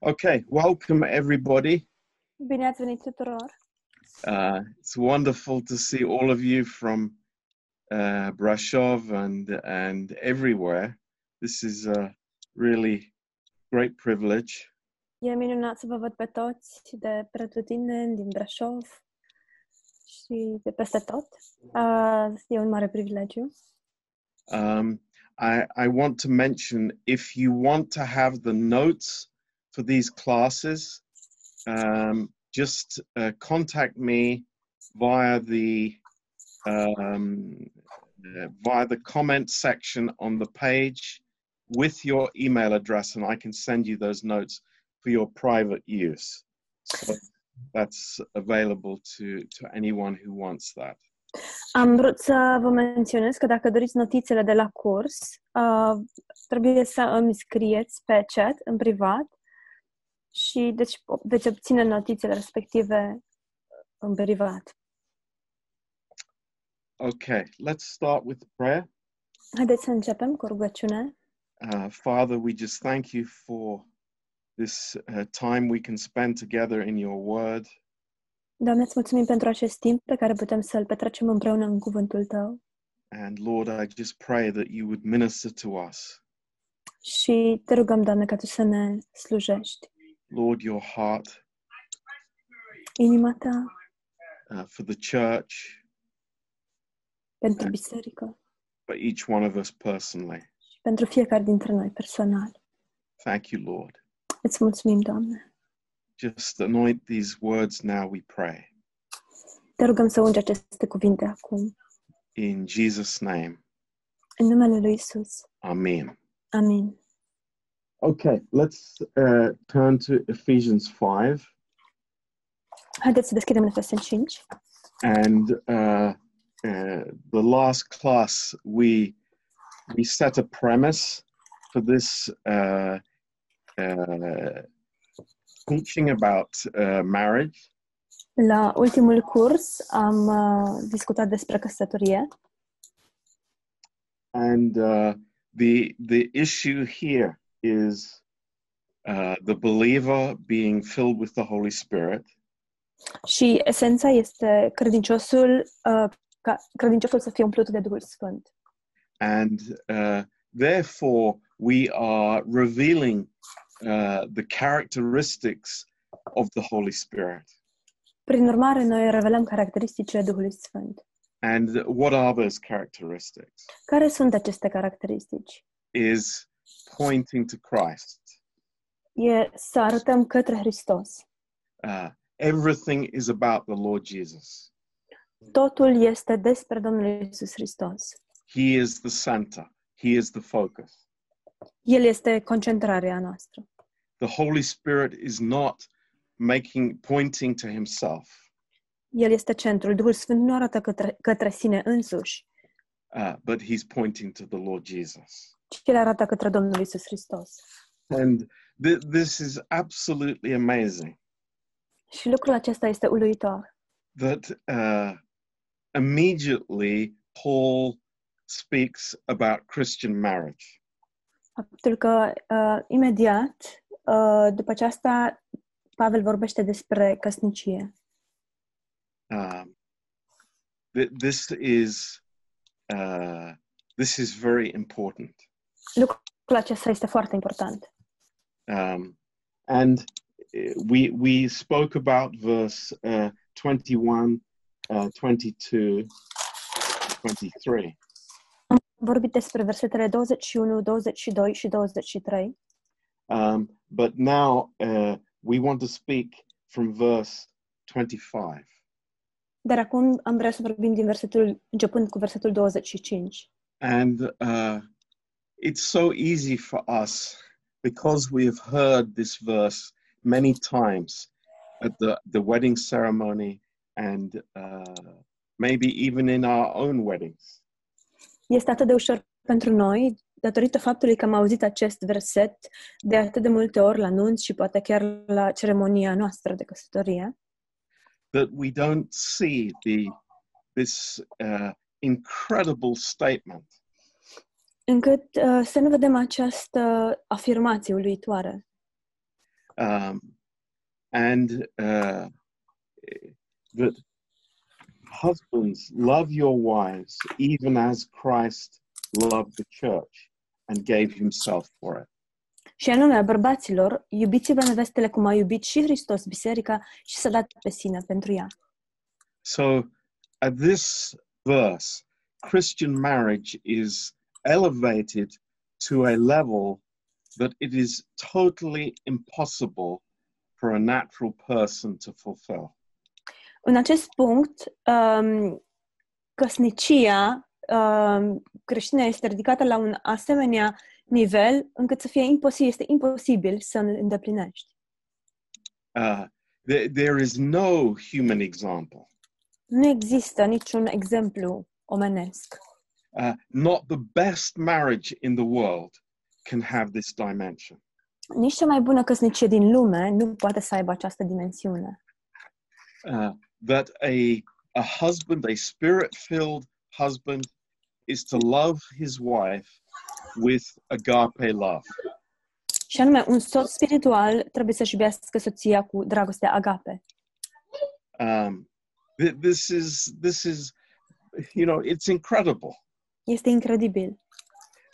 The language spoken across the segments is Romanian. Okay, welcome everybody. Bine ați venit tuturor! Uh, it's wonderful to see all of you from uh, Brasov and and everywhere. This is a really great privilege. E minunat să vă văd pe toți de pretutindeni, din Brașov și de peste tot. Uh, e un mare privilegiu. Um, I I want to mention if you want to have the notes for these classes, um, just uh, contact me via the um, uh, via the comment section on the page with your email address, and I can send you those notes for your private use. So that's available to to anyone who wants that. Am vrut să vă menționez că dacă doriți notițele de la curs, uh, trebuie să îmi scrieți pe chat, în privat, și deci, deci obține notițele respective în privat. Okay, let's start with prayer. Haideți să începem cu rugăciune. Uh, Father, we just thank you for this uh, time we can spend together in your word. Doamne, îți mulțumim pentru acest timp pe care putem să-l petrecem împreună în cuvântul Tău And Lord, I just pray that you would minister to us. și te rugăm, Doamne, ca Tu să ne slujești. Lord, your heart Inima Ta uh, for the church, pentru biserică for each one of us personally. și pentru fiecare dintre noi personal. Thank you, Lord. Îți mulțumim, Doamne. Just anoint these words now, we pray. Te rugăm să ungi aceste cuvinte acum. In Jesus' name, În numele Lui Isus. Amen. Amin. Okay, let's uh, turn to Ephesians 5. Haideți să deschidem Efesen 5. and uh, uh, the last class we we set a premise for this uh, uh, teaching about uh, marriage La ultimul curs am uh, discutat despre căsătorie and uh, the the issue here is uh, the believer being filled with the Holy Spirit și esența este credinciosul, uh, ca credinciosul să fie umplut de Duhul Sfânt. and uh, therefore we are revealing uh, the characteristics of the Holy Spirit. Prin urmare, noi revelăm caracteristicile Duhului Sfânt. And what are those characteristics? Care sunt aceste caracteristici? Is pointing to Christ. E să arătăm către Hristos. Uh, everything is about the Lord Jesus. Totul este despre Domnul Isus Hristos. He is the center, He is the focus. El este concentrarea noastră. The Holy Spirit is not making pointing to Himself. El este centrul. Duhul Sfânt nu arată către, către sine însuși, Uh, but he's pointing to the Lord Jesus. ci el arată către Domnul Isus Hristos. And th- this is absolutely amazing Și lucrul acesta este uluitor. that uh, immediately Paul speaks about Christian marriage. Faptul că uh, imediat, uh, după aceasta, Pavel vorbește despre căsnicie. um, th- this is uh, this is very important Lucrul acesta este foarte important. um, and uh, we we spoke about verse uh, 21 uh, 22 23 Vorbit despre versetele 21, 22 și 23, um, but now uh, we want to speak from verse 25 dar acum am vrea să vorbim din versetul, începând cu versetul 25. and uh, it's so easy for us because we have heard this verse many times at the, the wedding ceremony and uh, maybe even in our own weddings. Este atât de ușor pentru noi, datorită faptului că am auzit acest verset de atât de multe ori la nunți și poate chiar la ceremonia noastră de căsătorie, That we don't see the, this uh, incredible statement încât uh, să nu vedem această afirmație uluitoare. Um, and uh, that husbands love your wives even as Christ loved the church and gave himself for it. Și anume, bărbaților, iubiți-vă nevestele cum a iubit și Hristos biserica și s-a dat pe sine pentru ea. So, at this verse, Christian marriage is elevated to a level that it is totally impossible for a natural person to fulfill. În acest punct, um, căsnicia um, creștină este ridicată la un asemenea nivel încât să fie imposibil, este imposibil să îl îndeplinești. Uh, there, there is no human example, Nu există niciun exemplu omenesc. uh, not the best marriage in the world can have this dimension. Nici cea mai bună căsnicie din lume nu poate să aibă această dimensiune. uh, that a a husband, a spirit-filled husband, is to love his wife with agape love. Și anume, un soț spiritual trebuie să-și iubească soția cu dragostea agape. Um, th- this is this is, you know, it's incredible, Este incredibil.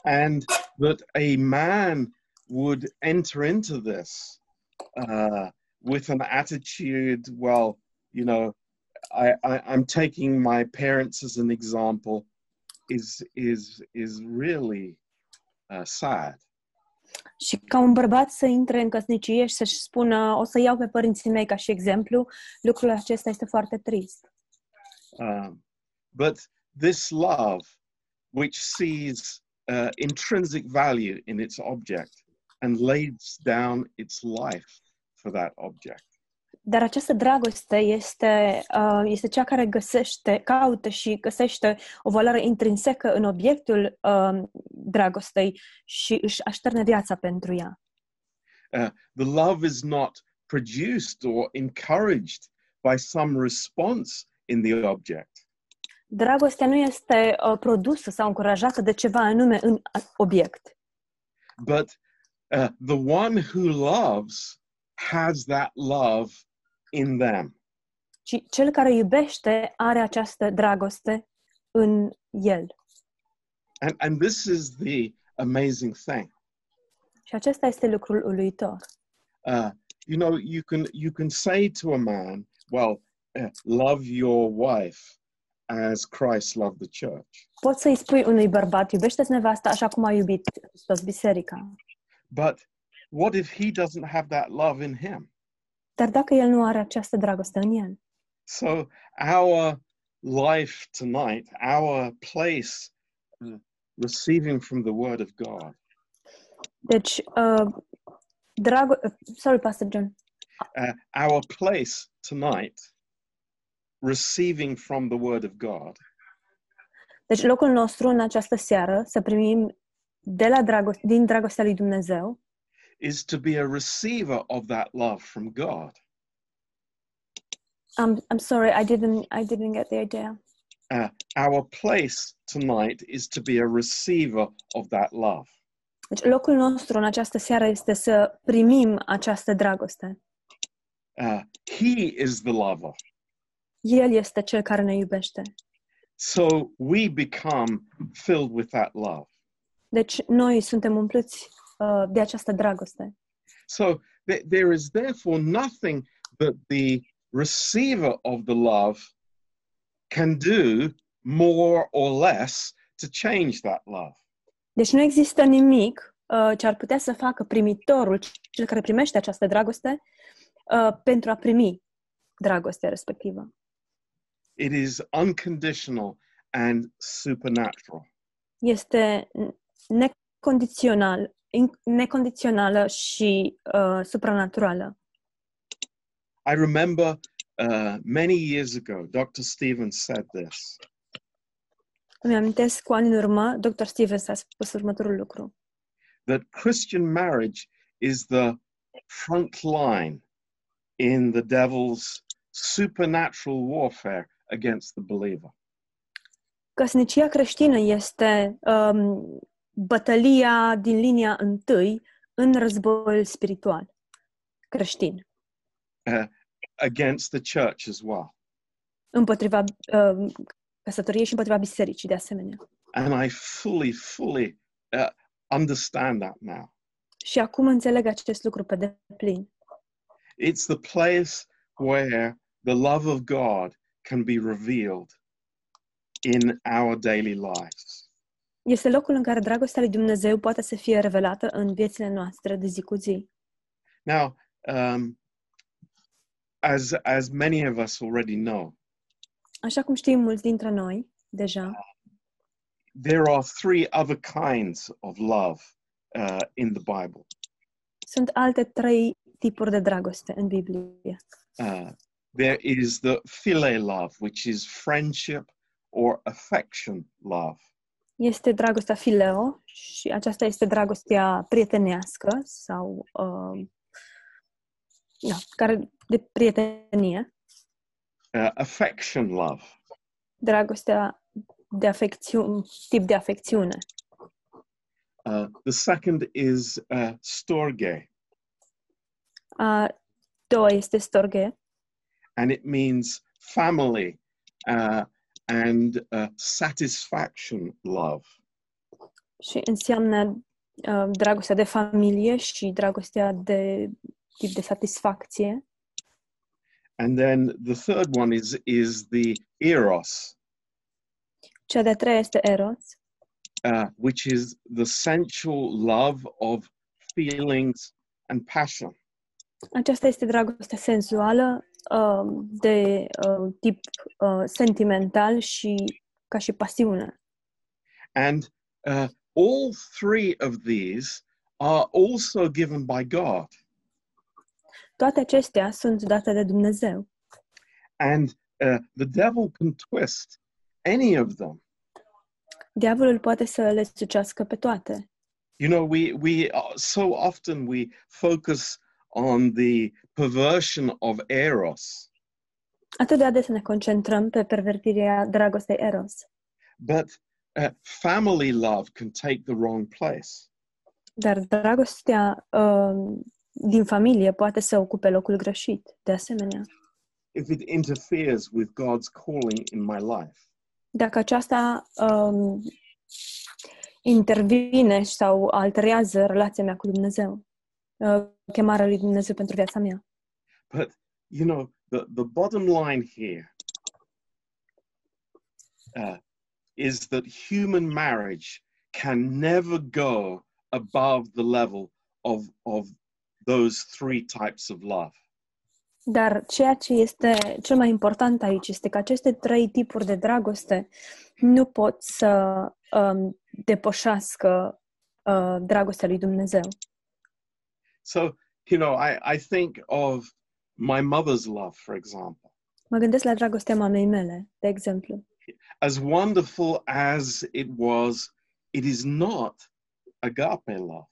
and that a man would enter into this uh, with an attitude. Well, you know, I, I I'm taking my parents as an example. Is is is really uh, sad. Și ca un bărbat să intre în căsnicie și să-și spună o să iau pe părinții mei ca și exemplu, lucrul acesta este foarte trist. Um, but this love, which sees uh, intrinsic value in its object and lays down its life for that object, Dar această dragoste este, uh, este cea care găsește, caută și găsește o valoare intrinsecă în obiectul uh, dragostei și își așterne viața pentru ea. uh, the love is not produced or encouraged by some response in the object, Dragostea nu este uh, produsă sau încurajată de ceva anume în a- obiect, but uh, the one who loves has that love in them. ci cel care iubește are această dragoste în el. And, and this is the amazing thing. Și acesta este lucrul uluitor. uh, you know you can you can say to a man well uh, love your wife as christ loved the church Poți să-i spui unui bărbat, iubește-ți nevasta așa cum a iubit Hristos biserica. but what if he doesn't have that love in him Dar dacă el nu are această dragoste în el, so our life tonight our place uh, receiving from the word of god deci, uh, drago- uh, sorry, Pastor John, uh, our place tonight receiving from the word of god deci locul nostru în această seară să primim de la drago- din dragostea lui Dumnezeu is to be a receiver of that love from god I'm, I'm sorry, I didn't, I didn't get the idea. uh, our place tonight is to be a receiver of that love. Deci, locul nostru în această seară este să primim această dragoste. Uh, he is the lover. El este cel care ne iubește. So we become filled with that love. Deci, noi suntem umpluți uh, de această dragoste. So th- there is therefore nothing that the receiver of the love can do more or less to change that love. Deci nu există nimic uh, ce ar putea să facă primitorul, cel care primește această dragoste, uh, pentru a primi dragostea respectivă. It is unconditional and supernatural. Este necondițional, in- necondițională și uh, supranaturală. I remember uh, many years ago, Dr. Stevens said this. Îmi amintesc cu ani în urmă, Dr. Stevens a spus următorul lucru. that Christian marriage is the front line in the devil's supernatural warfare against the believer. Căsnicia creștină este um, bătălia din linia întâi în războiul spiritual. creștini, against the church as well. împotriva uh, căsătoriei și împotriva bisericii, de asemenea. And I fully, fully uh, understand that now. Și acum înțeleg acest lucru pe deplin. It's the place where the love of God can be revealed in our daily lives. Este locul în care dragostea lui Dumnezeu poate să fie revelată în viețile noastre de zi cu zi. Now, um, as as many of us already know, Așa cum știm mulți dintre noi deja, there are three other kinds of love uh, in the Bible. sunt alte trei tipuri de dragoste în Biblie. Uh, there is the phile love, which is friendship or affection love. Este dragostea fileo și aceasta este dragostea prietenească sau uh, da, care de prietenie, Uh, affection love dragostea de afecțiune, tip de afecțiune. Uh, the second is uh, storge, A doua este storge, and it means family uh, and uh, satisfaction love. și înseamnă uh, dragostea de familie și dragostea de tip de satisfacție. And then the third one is is the eros, Cea de-a treia este eros, uh, which is the sensual love of feelings and passion. Aceasta este dragostea senzuală, uh, de uh, tip uh, sentimental și ca și pasiune. And uh, all three of these are also given by God. Toate acestea sunt date de Dumnezeu And uh, the devil can twist any of them. diavolul poate să le sucească pe toate. You know, we, we uh, so often we focus on the perversion of eros, Atât de adesea ne concentrăm pe pervertirea dragostei eros, but uh, family love can take the wrong place. dar dragostea uh, din familie poate să ocupe locul greșit, de asemenea. if it interferes with God's calling in my life. Dacă aceasta um, intervine sau alterează relația mea cu Dumnezeu, uh, chemarea lui Dumnezeu pentru viața mea. But you know, the, the bottom line here uh, is that human marriage can never go above the level of of those three types of love. Dar ceea ce este cel mai important aici este că aceste trei tipuri de dragoste nu pot să um, depășească uh, dragostea lui Dumnezeu. So, you know, I, I think of my mother's love, for example. Mă gândesc la dragostea mamei mele, de exemplu. As wonderful as it was, it is not agape love.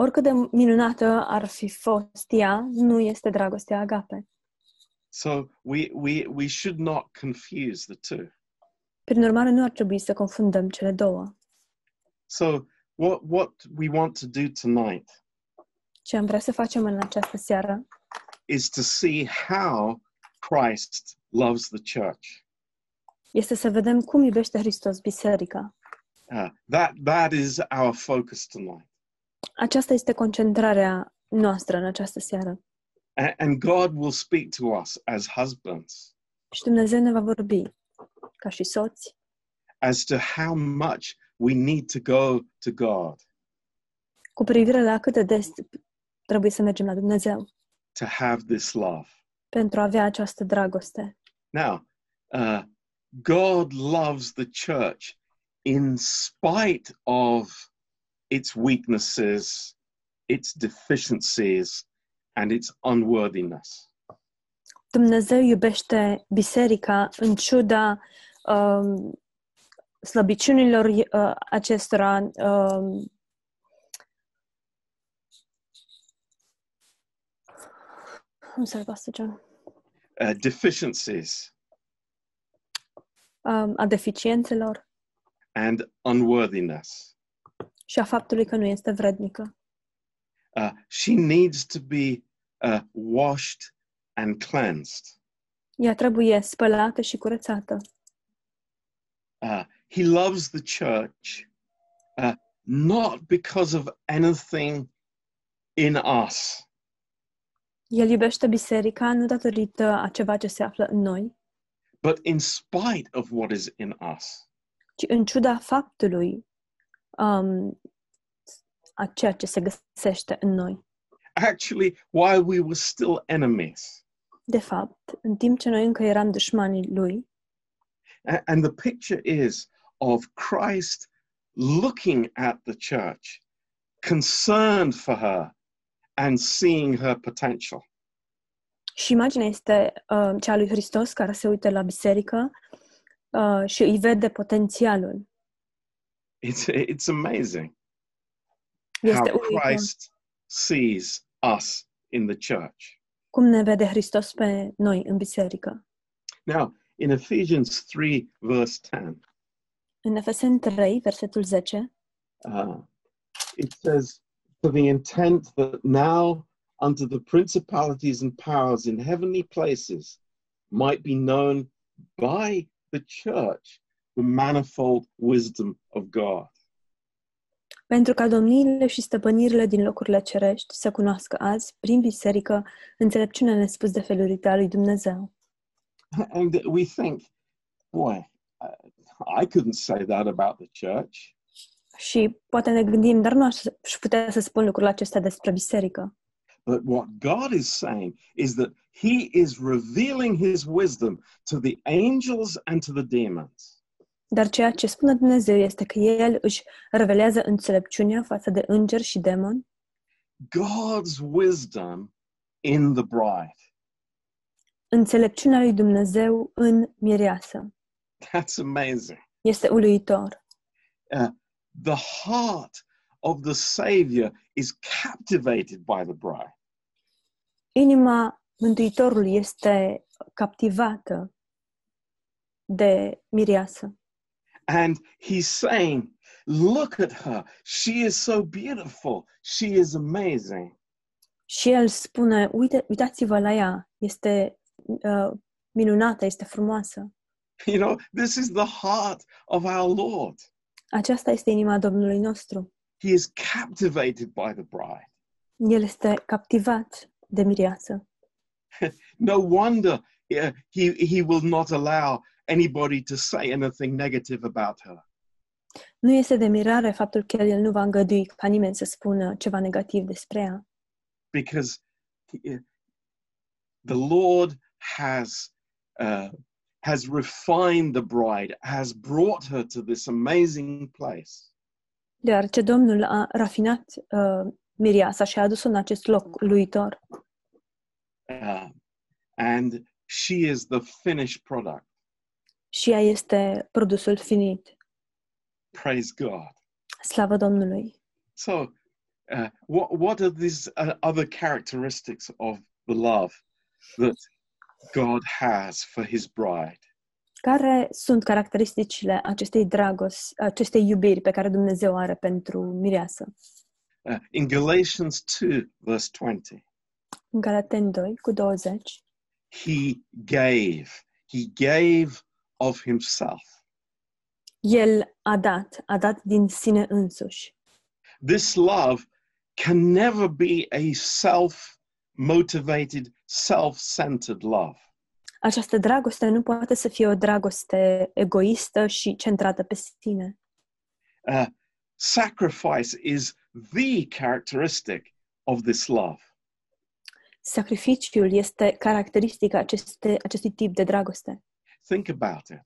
Oricât de minunată ar fi fost ea, nu este dragostea agape. So we we we should not confuse the two. Prin urmare, nu ar trebui să confundăm cele două. So what what we want to do tonight Ce am vrea să facem în această seară is to see how Christ loves the church. este să vedem cum iubește Hristos biserica. Uh, that that is our focus tonight. Aceasta este concentrarea noastră în această seară. A- and God will speak to us as husbands Și Dumnezeu ne va vorbi ca și soți as to how much we need to go to God cu privire la cât de des trebuie să mergem la Dumnezeu to have this love. pentru a avea această dragoste. Now, uh, God loves the church in spite of its weaknesses, its deficiencies, and its unworthiness. Dumnezeu iubește biserica în ciuda um, slăbiciunilor uh, acestora, um, Am să pasă Uh, deficiencies um, a deficiențelor and unworthiness. și a faptului că nu este vrednică. Uh, she needs to be uh, washed and cleansed. Ea trebuie spălată și curățată. Uh, he loves the church, uh, not because of anything in us, El iubește biserica nu datorită a ceva ce se află în noi, but in spite of what is in us. ci în ciuda faptului um, a ceea ce se găsește în noi. Actually, while we were still enemies, De fapt, în timp ce noi încă eram dușmanii lui, A- And the picture is of Christ looking at the church, concerned for her, and seeing her potential. și imaginea este uh, cea a lui Hristos care se uită la biserică uh, și îi vede potențialul. It's, it's amazing how Este uimitor Christ sees us in the church. cum ne vede Hristos pe noi în biserică. Now, in Ephesians 3, verse 10, În Efeseni 3, versetul 10, uh, it says, For the intent that now unto the principalities and powers in heavenly places might be known by the church the manifold wisdom of God. pentru ca domniile și stăpânirile din locurile cerești să cunoască azi, prin biserică, înțelepciunea nespus de felurită a lui Dumnezeu. And we think, boy, I- I couldn't say that about the church. Și poate ne gândim, dar nu aș aș putea să spun lucrul acesta despre biserică. But what God is saying is that He is revealing His wisdom to the angels and to the demons. Dar ceea ce spune Dumnezeu este că El își revelează înțelepciunea față de îngeri și demoni, God's wisdom in the bride. înțelepciunea lui Dumnezeu în mireasă. That's amazing. Este uluitor. The heart of the Savior is captivated by the bride. Inima Mântuitorului este captivată de mireasă. And he's saying, Look at her. She is so beautiful. She is amazing. Și el spune, Uite, uitați-vă la ea, este uh, minunată, este frumoasă. You know, this is the heart of our Lord. Aceasta este inima Domnului nostru. He is captivated by the bride. El este captivat de mireasă. No wonder uh, he, he will not allow anybody to say anything negative about her. Nu este de mirare faptul că el nu va îngădui ca nimeni să spună ceva negativ despre ea, because he- the Lord has uh, has refined the bride, has brought her to this amazing place. deoarece Domnul a rafinat uh, mireasa și a adus-o în acest loc luitor Uh, and she is the finished product. și ea este produsul finit. Praise God. Slavă Domnului! So, uh, what what are these uh, other characteristics of the love that God has for His bride? Care sunt caracteristicile acestei dragos, acestei iubiri pe care Dumnezeu are pentru mireasă? Uh, in Galatians two verse twenty, În Galaten 2, cu 20, He gave. He gave of Himself. el a dat, a dat din sine însuși. this love can never be a self motivated, self centered love. Această dragoste nu poate să fie o dragoste egoistă și centrată pe sine. Uh, sacrifice is the characteristic of this love. Sacrificiul este caracteristica aceste, acestui tip de dragoste. Think about it.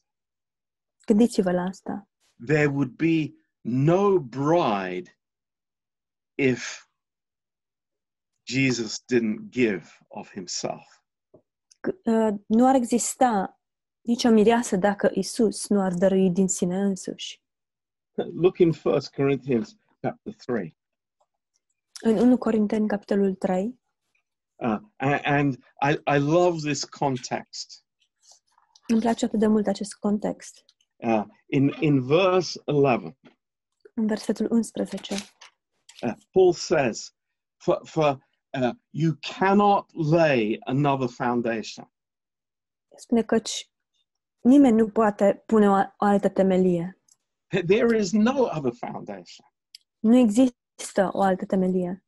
Gândiți-vă la asta. There would be no bride if Jesus didn't give of himself. C- uh, Nu ar exista nicio mireasă dacă Isus nu ar dărui din sine însuși. Look in 1 Corinthians chapter 3. În 1 Corinteni, capitolul 3, Uh, a- and I, I love this context. îmi place atât de mult acest context. Uh, in, in verse 11, În versetul 11, uh, Paul says, for, for uh, you cannot lay another foundation. Spune căci nimeni nu poate pune o, o altă temelie. There is no other foundation. Nu există o altă temelie.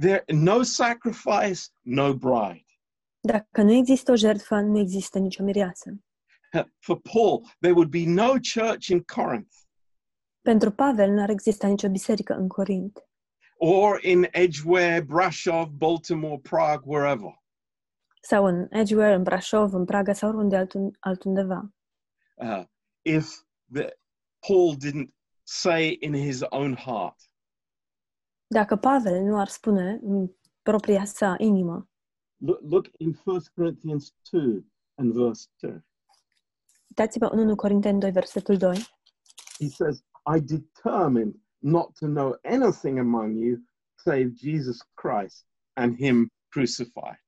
There no sacrifice, no bride. Dacă nu există o jertfă, nu există nicio mireasă. Uh, For Paul, there would be no church in Corinth Pentru Pavel nu ar exista nicio biserică în Corint or in Edgware, Brashov, Baltimore, Prague, wherever. sau în Edgeware, în Brașov, în Praga sau oriunde altun- altundeva. Uh, if the, Paul didn't say in his own heart, Dacă Pavel nu ar spune în propria sa inimă, look, look in 1 Corinthians 2 and verse 2. uitați-vă în 1 Corinteni 2, versetul 2, He says, I determined not to know anything among you save Jesus Christ and him crucified.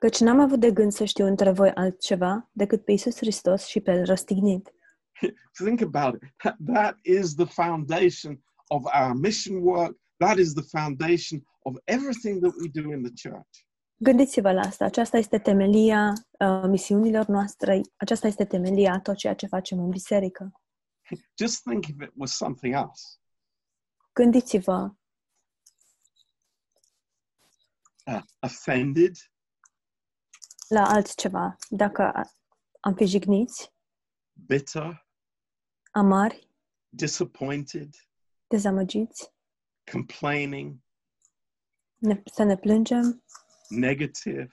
căci n-am avut de gând să știu între voi altceva decât pe Iisus Hristos și pe El răstignit. Think about it. That- that is the foundation of our mission work. That is the foundation of everything that we do in the church. Gândiți-vă la asta. Aceasta este temelia uh, misiunilor noastre, aceasta este temelia a tot ceea ce facem în biserică. just think if it was something else. Gândiți-vă, Uh, offended, la altceva. Dacă a- am fi jigniți, bitter, amari, disappointed, dezamăgiți, complaining, ne, să ne plângem, negative,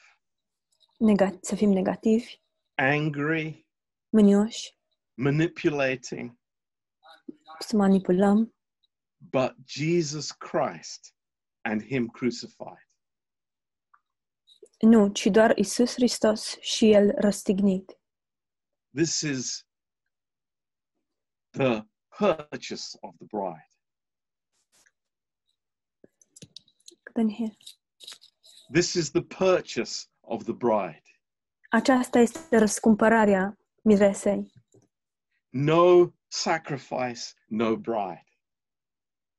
nega- să fim negativi, angry, mânioși, manipulating. să manipulăm, But Jesus Christ and Him crucified. nu, ci doar Isus Hristos și El răstignit. This is the purchase of the bride. Open here. This is the purchase of the bride. Aceasta este răscumpărarea miresei. No sacrifice, no bride.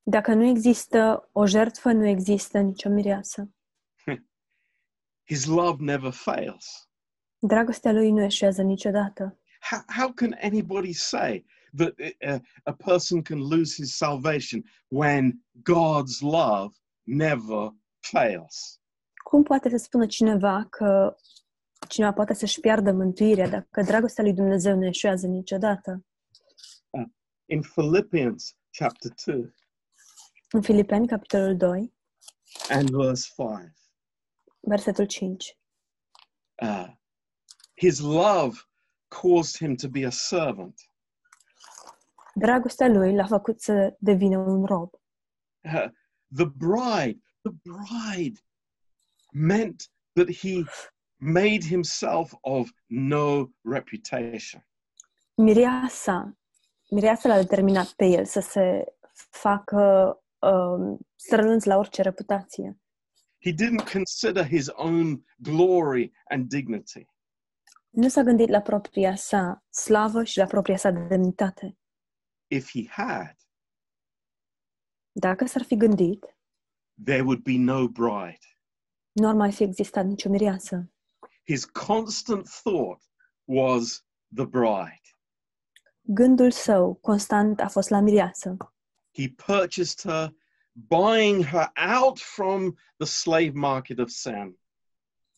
Dacă nu există o jertfă, nu există nicio mireasă. His love never fails. Dragostea lui nu eșuează niciodată. How, how can anybody say that uh, a person can lose his salvation when God's love never fails? Cum poate să spună cineva că cineva poate să-și piardă mântuirea dacă dragostea lui Dumnezeu nu eșuează niciodată? In Philippians chapter 2 În Filipeni, capitolul 2, and verse 5, versetul 5. uh, his love caused him to be a servant. Dragostea lui l-a făcut să devină un rob. Uh, the bride, the bride meant that he made himself of no reputation. Mireasa, mireasa l-a determinat pe el să se facă um, strălunț la orice reputație. He didn't consider his own glory and dignity. Nu s-a gândit la propria sa slavă și la propria sa demnitate. If he had, Dacă s-ar fi gândit, there would be no bride. nu ar mai fi existat nicio mireasă. His constant thought was the bride. Gândul său constant a fost la mireasă. He purchased her, buying her out from the slave market of sin.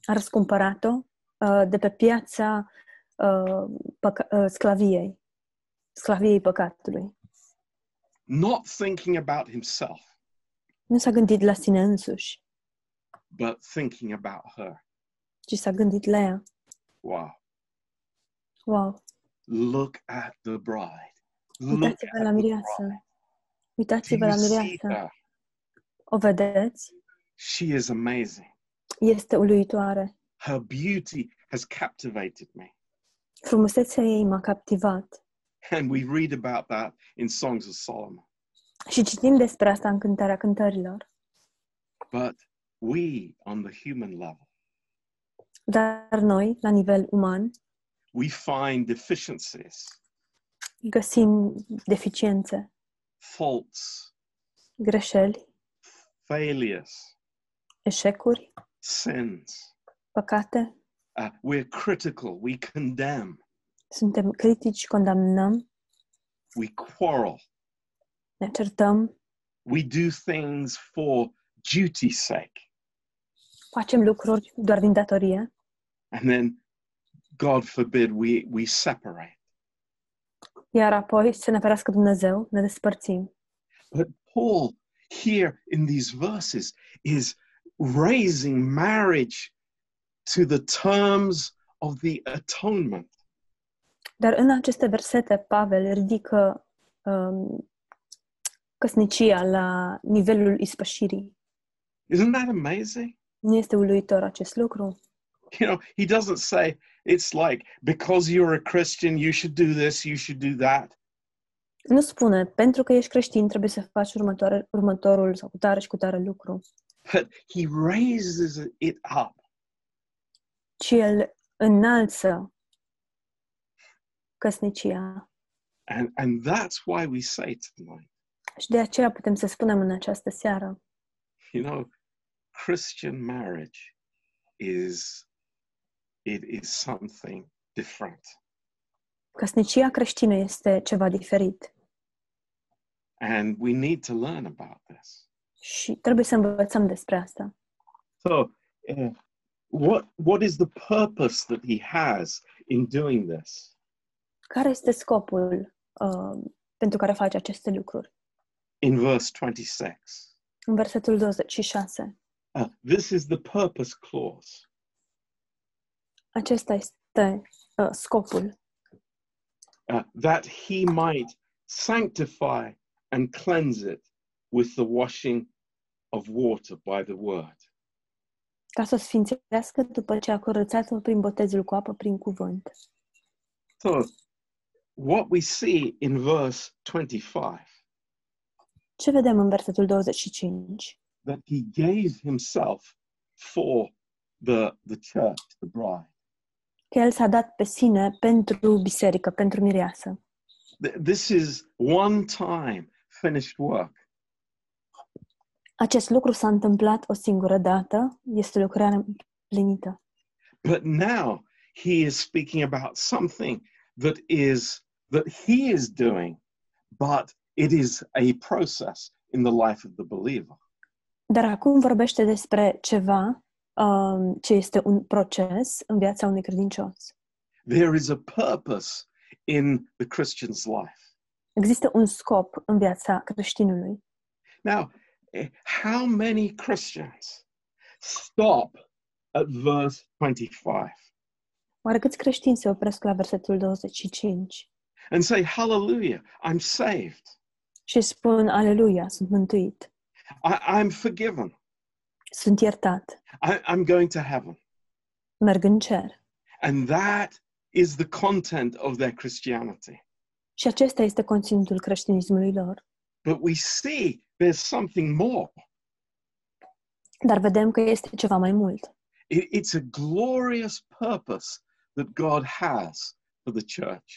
A răscumpărat-o uh, de pe piața uh, păca- uh, sclaviei, sclaviei păcatului. Not thinking about himself, Nu s-a gândit la sine însuși, but thinking about her. ci s-a gândit la ea. Wow. Wow! Look at the bride. Look Uitați-vă at la the mireasă! bride. Do Uitați-vă you la see mireasă! her? O vedeți? She is amazing. Este uluitoare. Her beauty has captivated me. Frumusețea ei m-a captivat. And we read about that in Songs of Solomon. Și citim despre asta în Cântarea Cântărilor. But we, on the human level, Dar noi, la nivel uman, we find deficiencies, găsim deficiențe, faults, greșeli, failures, eșecuri, sins. păcate, Uh, we're critical, we condemn, suntem critici, condamnăm, we quarrel, ne certăm, we do things for duty's sake. facem lucruri doar din datorie And then, God forbid, we, we separate. iar apoi să ne ferească Dumnezeu, ne despărțim. But Paul, here in these verses, is raising marriage to the terms of the atonement. Dar în aceste versete, Pavel ridică um, căsnicia la nivelul ispășirii. Isn't that amazing? Nu este uluitor acest lucru. You know, he doesn't say it's like because you're a Christian, you should do this, you should do that. Nu spune, pentru că ești creștin, trebuie să faci următoare, următorul sau cu tare și cu tare lucru, But he raises it up. ci el înalță căsnicia. And, and that's why we say tonight, Și de aceea putem să spunem în această seară, you know, Christian marriage is it is something different. căsnicia creștină este ceva diferit And we need to learn about this. și trebuie să învățăm despre asta. So, uh, what what is the purpose that he has in doing this? Care este scopul uh, pentru care faci aceste lucruri? In verse 26, În versetul 26, uh, this is the purpose clause. acesta este uh, scopul, uh, that he might sanctify and cleanse it with the washing of water by the word. ca să o sfințească după ce a curățat-o prin botezul cu apă, prin cuvânt. So, what we see in verse 25 Ce vedem în versetul 25? that he gave himself for the, the church, the bride. Că el s-a dat pe sine pentru biserică, pentru mireasă. Th- This is one time finished work. Acest lucru s-a întâmplat o singură dată, este lucrarea plinită. But now he is speaking about something that is that he is doing, but it is a process in the life of the believer. Dar acum vorbește despre ceva um, ce este un proces în viața unui credincios. There is a purpose in the Christian's life. Există un scop în viața creștinului. Now, eh, how many Christians stop at verse 25 Oare câți creștini se opresc la versetul 25 and say, Hallelujah, I'm saved, și spun, Aleluia, sunt mântuit, I, I'm forgiven, sunt iertat, I, I'm going to heaven? merg în cer. And that is the content of their Christianity. Și acesta este conținutul creștinismului lor. But we see there's something more. Dar vedem că este ceva mai mult. It- it's a glorious purpose that God has for the church.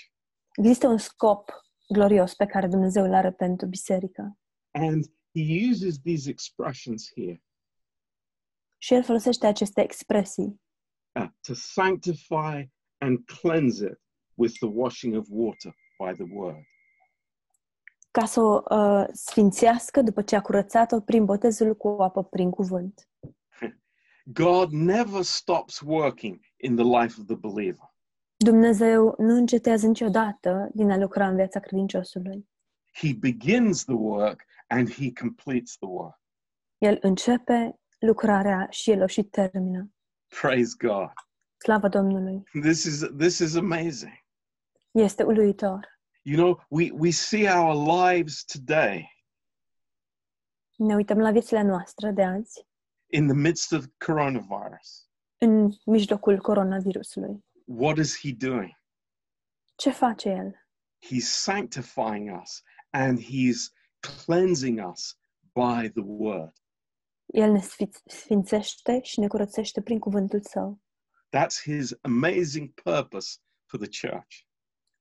Există un scop glorios pe care Dumnezeu îl are pentru biserică. And he uses these expressions here Și el folosește aceste expresii, uh, to sanctify and cleanse it with the washing of water by the word. ca să o uh, sfințească după ce a curățat-o prin botezul cu apă, prin cuvânt. God never stops working in the life of the believer. Dumnezeu nu încetează niciodată din a lucra în viața credinciosului. He begins the work and he completes the work. El începe lucrarea și el o și termină. Praise God. Slavă Domnului! This is this is amazing. Este uluitor. You know, we, we see our lives today Ne uităm la viețile noastre de azi, in the midst of coronavirus. în mijlocul coronavirusului. What is he doing? Ce face el? He's sanctifying us and he's cleansing us by the word. El ne sfi- sfințește și ne curățește prin cuvântul său. That's his amazing purpose for the church.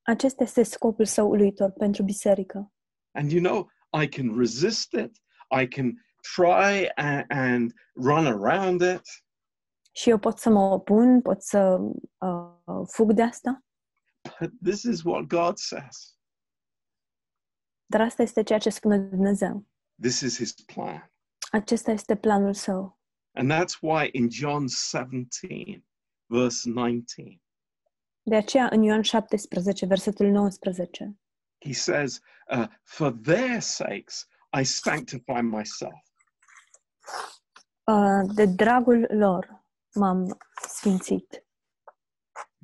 Acesta este scopul său uluitor pentru biserică. And you know, I can resist it, I can try and, and run around it, Și eu pot să mă opun, pot să uh, fug de asta, but this is what God says. dar asta este ceea ce spune Dumnezeu. This is his plan. Acesta este planul său. And that's why in John 17, verse 19, De aceea, în Ioan 17, versetul 19, he says, uh, For their sakes I sanctify myself, uh, de dragul lor m-am sfințit,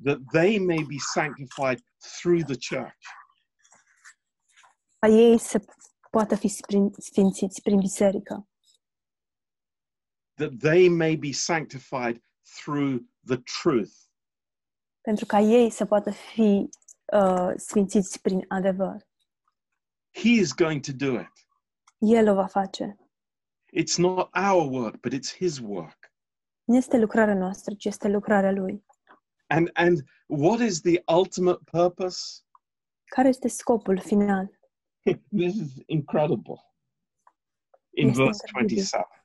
that they may be sanctified through the church. ca ei să poată fi sprin- sfințiți prin biserică, that they may be sanctified through the truth. pentru ca ei să poată fi uh, sfințiți prin adevăr. He is going to do it. El o va face. It's not our work, but it's His work. Nu este lucrarea noastră, ci este lucrarea Lui. And and what is the ultimate purpose? Care este scopul final? this is incredible. In Yes, verse incredible. 27,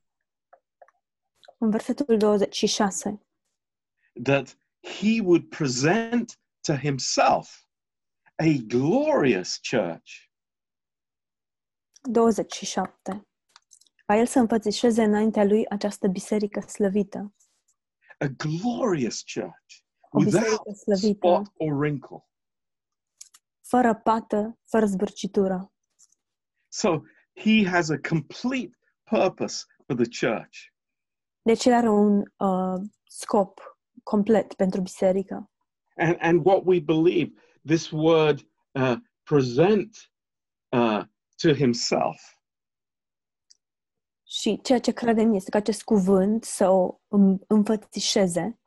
În versetul 26, that He would present to Himself a glorious church 27. Ca el să înfățișeze înaintea lui această biserică slăvită. a glorious church O without biserică slăvită, spot or wrinkle. fără pată, fără zbârcitură. So He has a complete purpose for the church. Deci el are un uh, scop complet pentru biserică. and and what we believe this word uh, present uh, to himself Și ceea ce credem este că acest cuvânt să o în- înfățișeze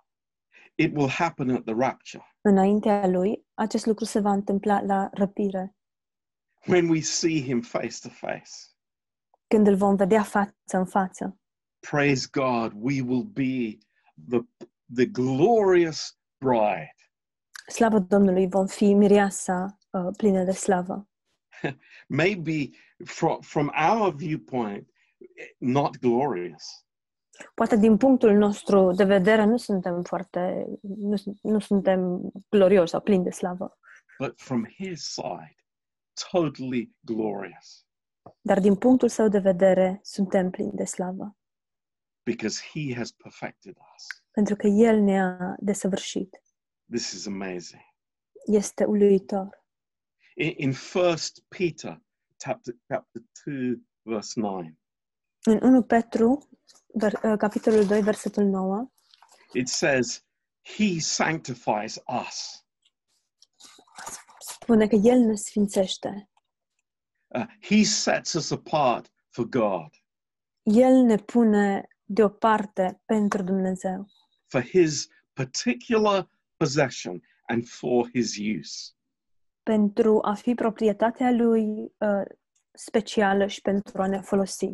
it will happen at the rapture înaintea lui, acest lucru se va întâmpla la răpire, when we see him face to face când îl vom vedea față în față. praise god we will be the the glorious bride Slavă Domnului, vom fi mireasa uh, plină de slavă. maybe from from our viewpoint not glorious Poate din punctul nostru de vedere nu suntem foarte, nu, sun- nu suntem glorioși sau plini de slavă, but from his side totally glorious dar din punctul său de vedere suntem plini de slavă, because he has perfected us pentru că El ne-a desăvârșit. this is amazing Este uluitor. in, in first peter chapter, chapter 2 verse 9 În 1 Petru, ver, uh, capitolul 2, versetul 9, it says he sanctifies us spune că El ne sfințește. Uh, he sets us apart for god El ne pune deoparte pentru Dumnezeu, for his particular possession and for his use pentru a fi proprietatea Lui uh, specială și pentru a ne folosi.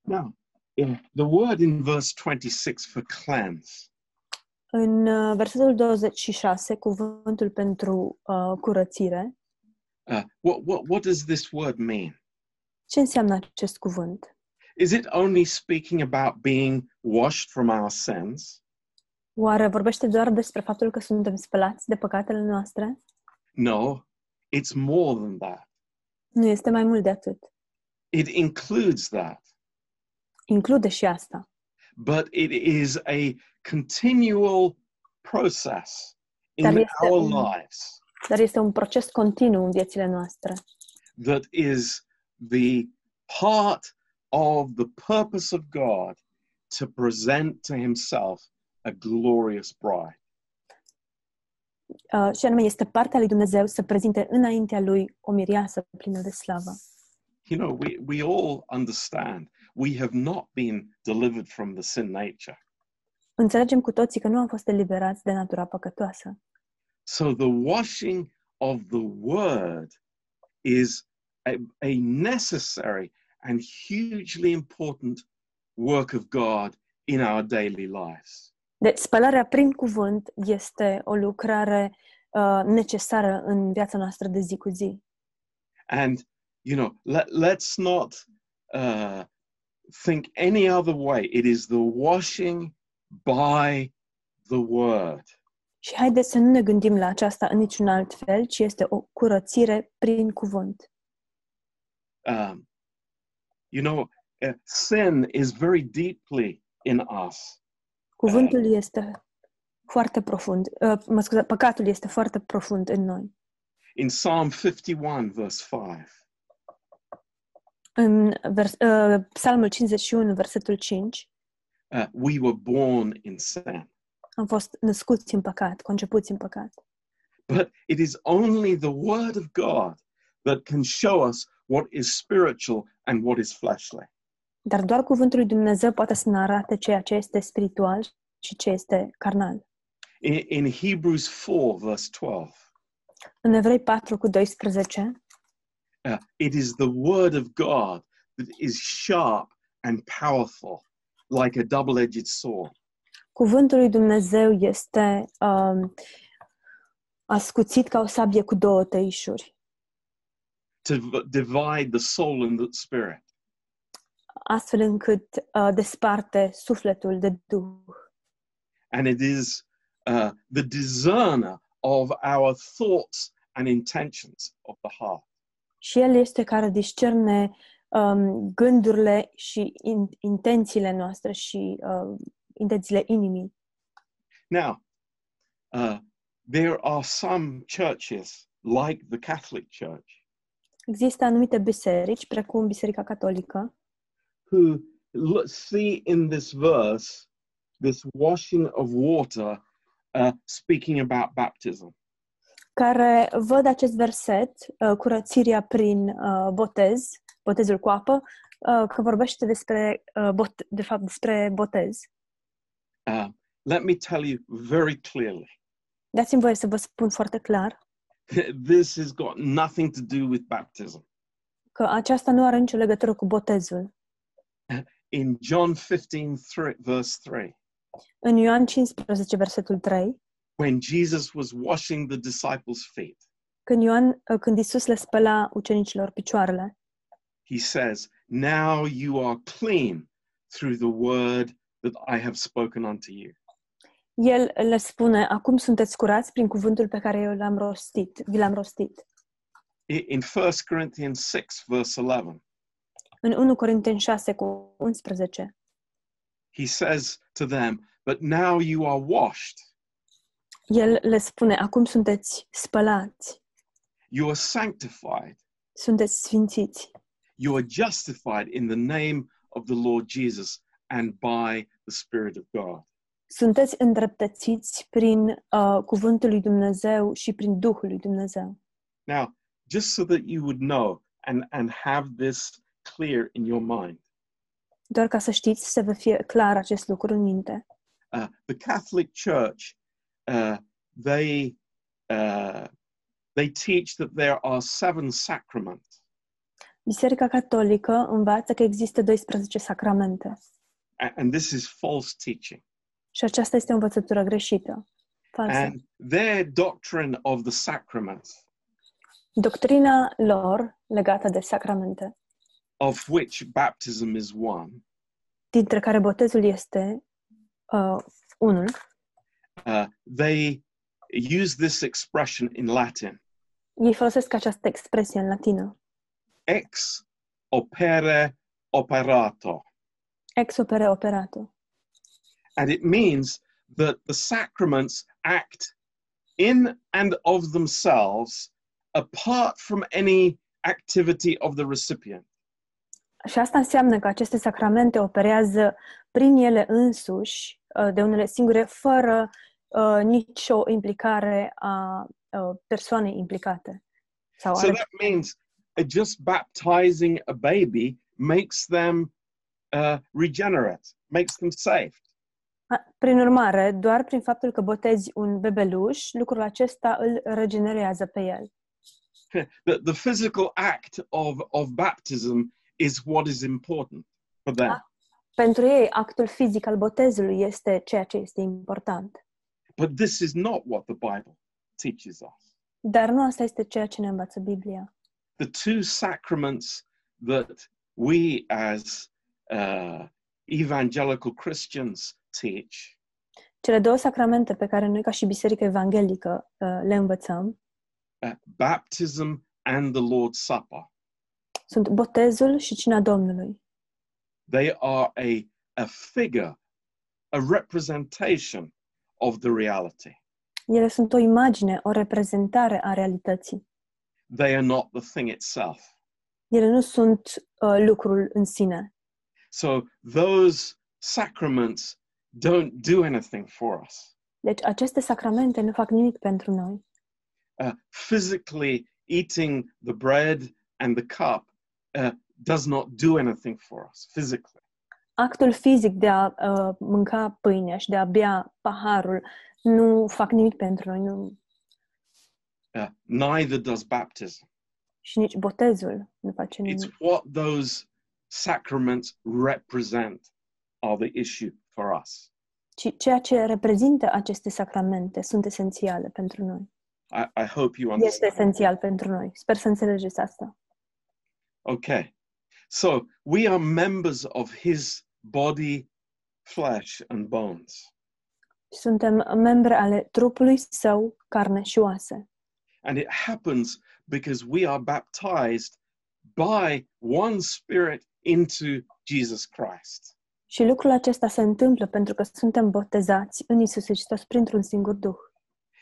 now yeah, the word in verse 26 for cleanse În uh, versetul 26, cuvântul pentru uh, curățire, uh, what, what, what does this word mean ce înseamnă acest cuvânt? is it only speaking about being washed from our sins Oare vorbește doar despre faptul că suntem spălați de păcatele noastre? no it's more than that Nu este mai mult de atât. it includes that Include și asta, but it is a continual process Dar in este our un- lives dar este un proces continuu în viețile noastre, that is the part of the purpose of God to present to himself a glorious bride. uh, și anume este partea lui Dumnezeu să prezinte înaintea lui o miriasă plină de slavă. You know, we, we all understand we have not been delivered from the sin nature. Înțelegem cu toții că nu am fost eliberați de natura păcătoasă. So the washing of the word is a, a necessary and hugely important work of God in our daily lives. Deci, spălarea prin cuvânt este o lucrare uh, necesară în viața noastră de zi cu zi. And, you know, let, let's not uh, think any other way. It is the washing by the word. Și haideți să nu ne gândim la aceasta în niciun alt fel, ci este o curățire prin cuvânt. Um, you know, uh, sin is very deeply in us. Cuvântul este foarte profund. Uh, mă scuzați, păcatul este foarte profund în noi. In Psalm 51, verse 5, În vers, uh, Psalmul 51, versetul 5, uh, we were born in sin. am fost născuți în păcat, concepuți în păcat. But it is only the word of God that can show us what is spiritual and what is fleshly. Dar doar cuvântul lui Dumnezeu poate să ne arate ceea ce este spiritual și ce este carnal. In, in Hebrews 4, verse 12, În Evrei 4 cu 12, uh, it is the word of God that is sharp and powerful, like a double edged sword. Cuvântul lui Dumnezeu este um, ascuțit ca o sabie cu două tăișuri. to v- divide the soul and the spirit, astfel încât uh, desparte sufletul de Duh and it is uh, the discerner of our thoughts and intentions of the heart. și El este care discerne um, gândurile și in, intențiile noastre și uh, intențiile inimii. Now, uh, there are some churches like the Catholic Church Există anumite biserici, precum Biserica Catolică, who l- see in this verse this washing of water uh, speaking about baptism. care văd acest verset, uh, curățirea prin uh, botez, botezul cu apă, uh, că vorbește despre, uh, bot, de fapt, despre botez. Uh, let me tell you very clearly Dați-mi voie să vă spun foarte clar this has got nothing to do with baptism. că aceasta nu are nicio legătură cu botezul. in John 15, thr- verse 3, În Ioan 15, versetul 3, when Jesus was washing the disciples' feet, când, Ioan, uh, când Isus le spăla ucenicilor picioarele, he says, Now you are clean through the word that I have spoken unto you. el le spune, acum sunteți curați prin cuvântul pe care eu l-am rostit, vi l-am rostit. I- In 1 Corinthians 6, verse 11, În 1 Corinteni 6 cu 11, he says to them, But now you are washed, el le spune, acum sunteți spălați, you are sanctified, sunteți sfințiți, you are justified in the name of the Lord Jesus and by the Spirit of God. sunteți îndreptățiți prin uh, cuvântul lui Dumnezeu și prin Duhul lui Dumnezeu. Now, just so that you would know and, and have this clear in your mind. Doar ca să știți, să vă fie clar acest lucru în minte. uh, the Catholic Church, uh, they uh, they teach that there are seven sacraments, Biserica Catolică învață că există 12 sacramente. a- and this is false teaching. Și aceasta este o învățătură greșită, falsă. And their doctrine of the sacraments, Doctrina lor legată de sacramente, of which baptism is one, dintre care botezul este uh, unul, uh, they use this expression in Latin: ei folosesc această expresie în latină, ex opere operato, ex opere operato, and it means that the sacraments act in and of themselves apart from any activity of the recipient. Și asta înseamnă că aceste sacramente operează prin ele însuși, uh, de unele singure, fără uh, nicio implicare a uh, persoanei implicate. Sau So ale that means uh, just baptizing a baby makes them uh, regenerate, makes them saved. A, Prin urmare, doar prin faptul că botezi un bebeluș, lucrul acesta îl regenerează pe el. That the physical act of, of baptism is what is important for them. Pentru ei, actul fizic al botezului este ceea ce este important. But this is not what the Bible teaches us. Dar nu asta este ceea ce ne învață Biblia. the two sacraments that we as uh, evangelical Christians teach. Cele două sacramente pe care noi ca și biserică evanghelică uh, le învățăm uh, baptism and the Lord's Supper. sunt botezul și cina Domnului. They are a, a figure, a representation of the reality. Ele sunt o imagine, o reprezentare a realității. They are not the thing itself. Ele nu sunt uh, lucrul în sine. So those sacraments don't do anything for us. Deci aceste sacramente nu fac nimic pentru noi. Uh, physically eating the bread and the cup uh, does not do anything for us physically. Actul fizic de a uh, mânca pâinea și de a bea paharul nu fac nimic pentru noi nu, Uh, neither does baptism. și nici botezul nu face It's nimic. what those sacraments represent are the issue for us. Ci ceea ce reprezintă aceste sacramente sunt esențiale pentru noi. I, I hope you Este understand. esențial pentru noi. Sper să înțelegeți asta. Okay. So we are members of his body, flesh, and bones. Suntem membre ale trupului său, carne și oase. And it happens because we are baptized by one spirit into Jesus Christ. Și lucrul acesta se întâmplă pentru că suntem botezați în Isus Hristos printr-un singur Duh.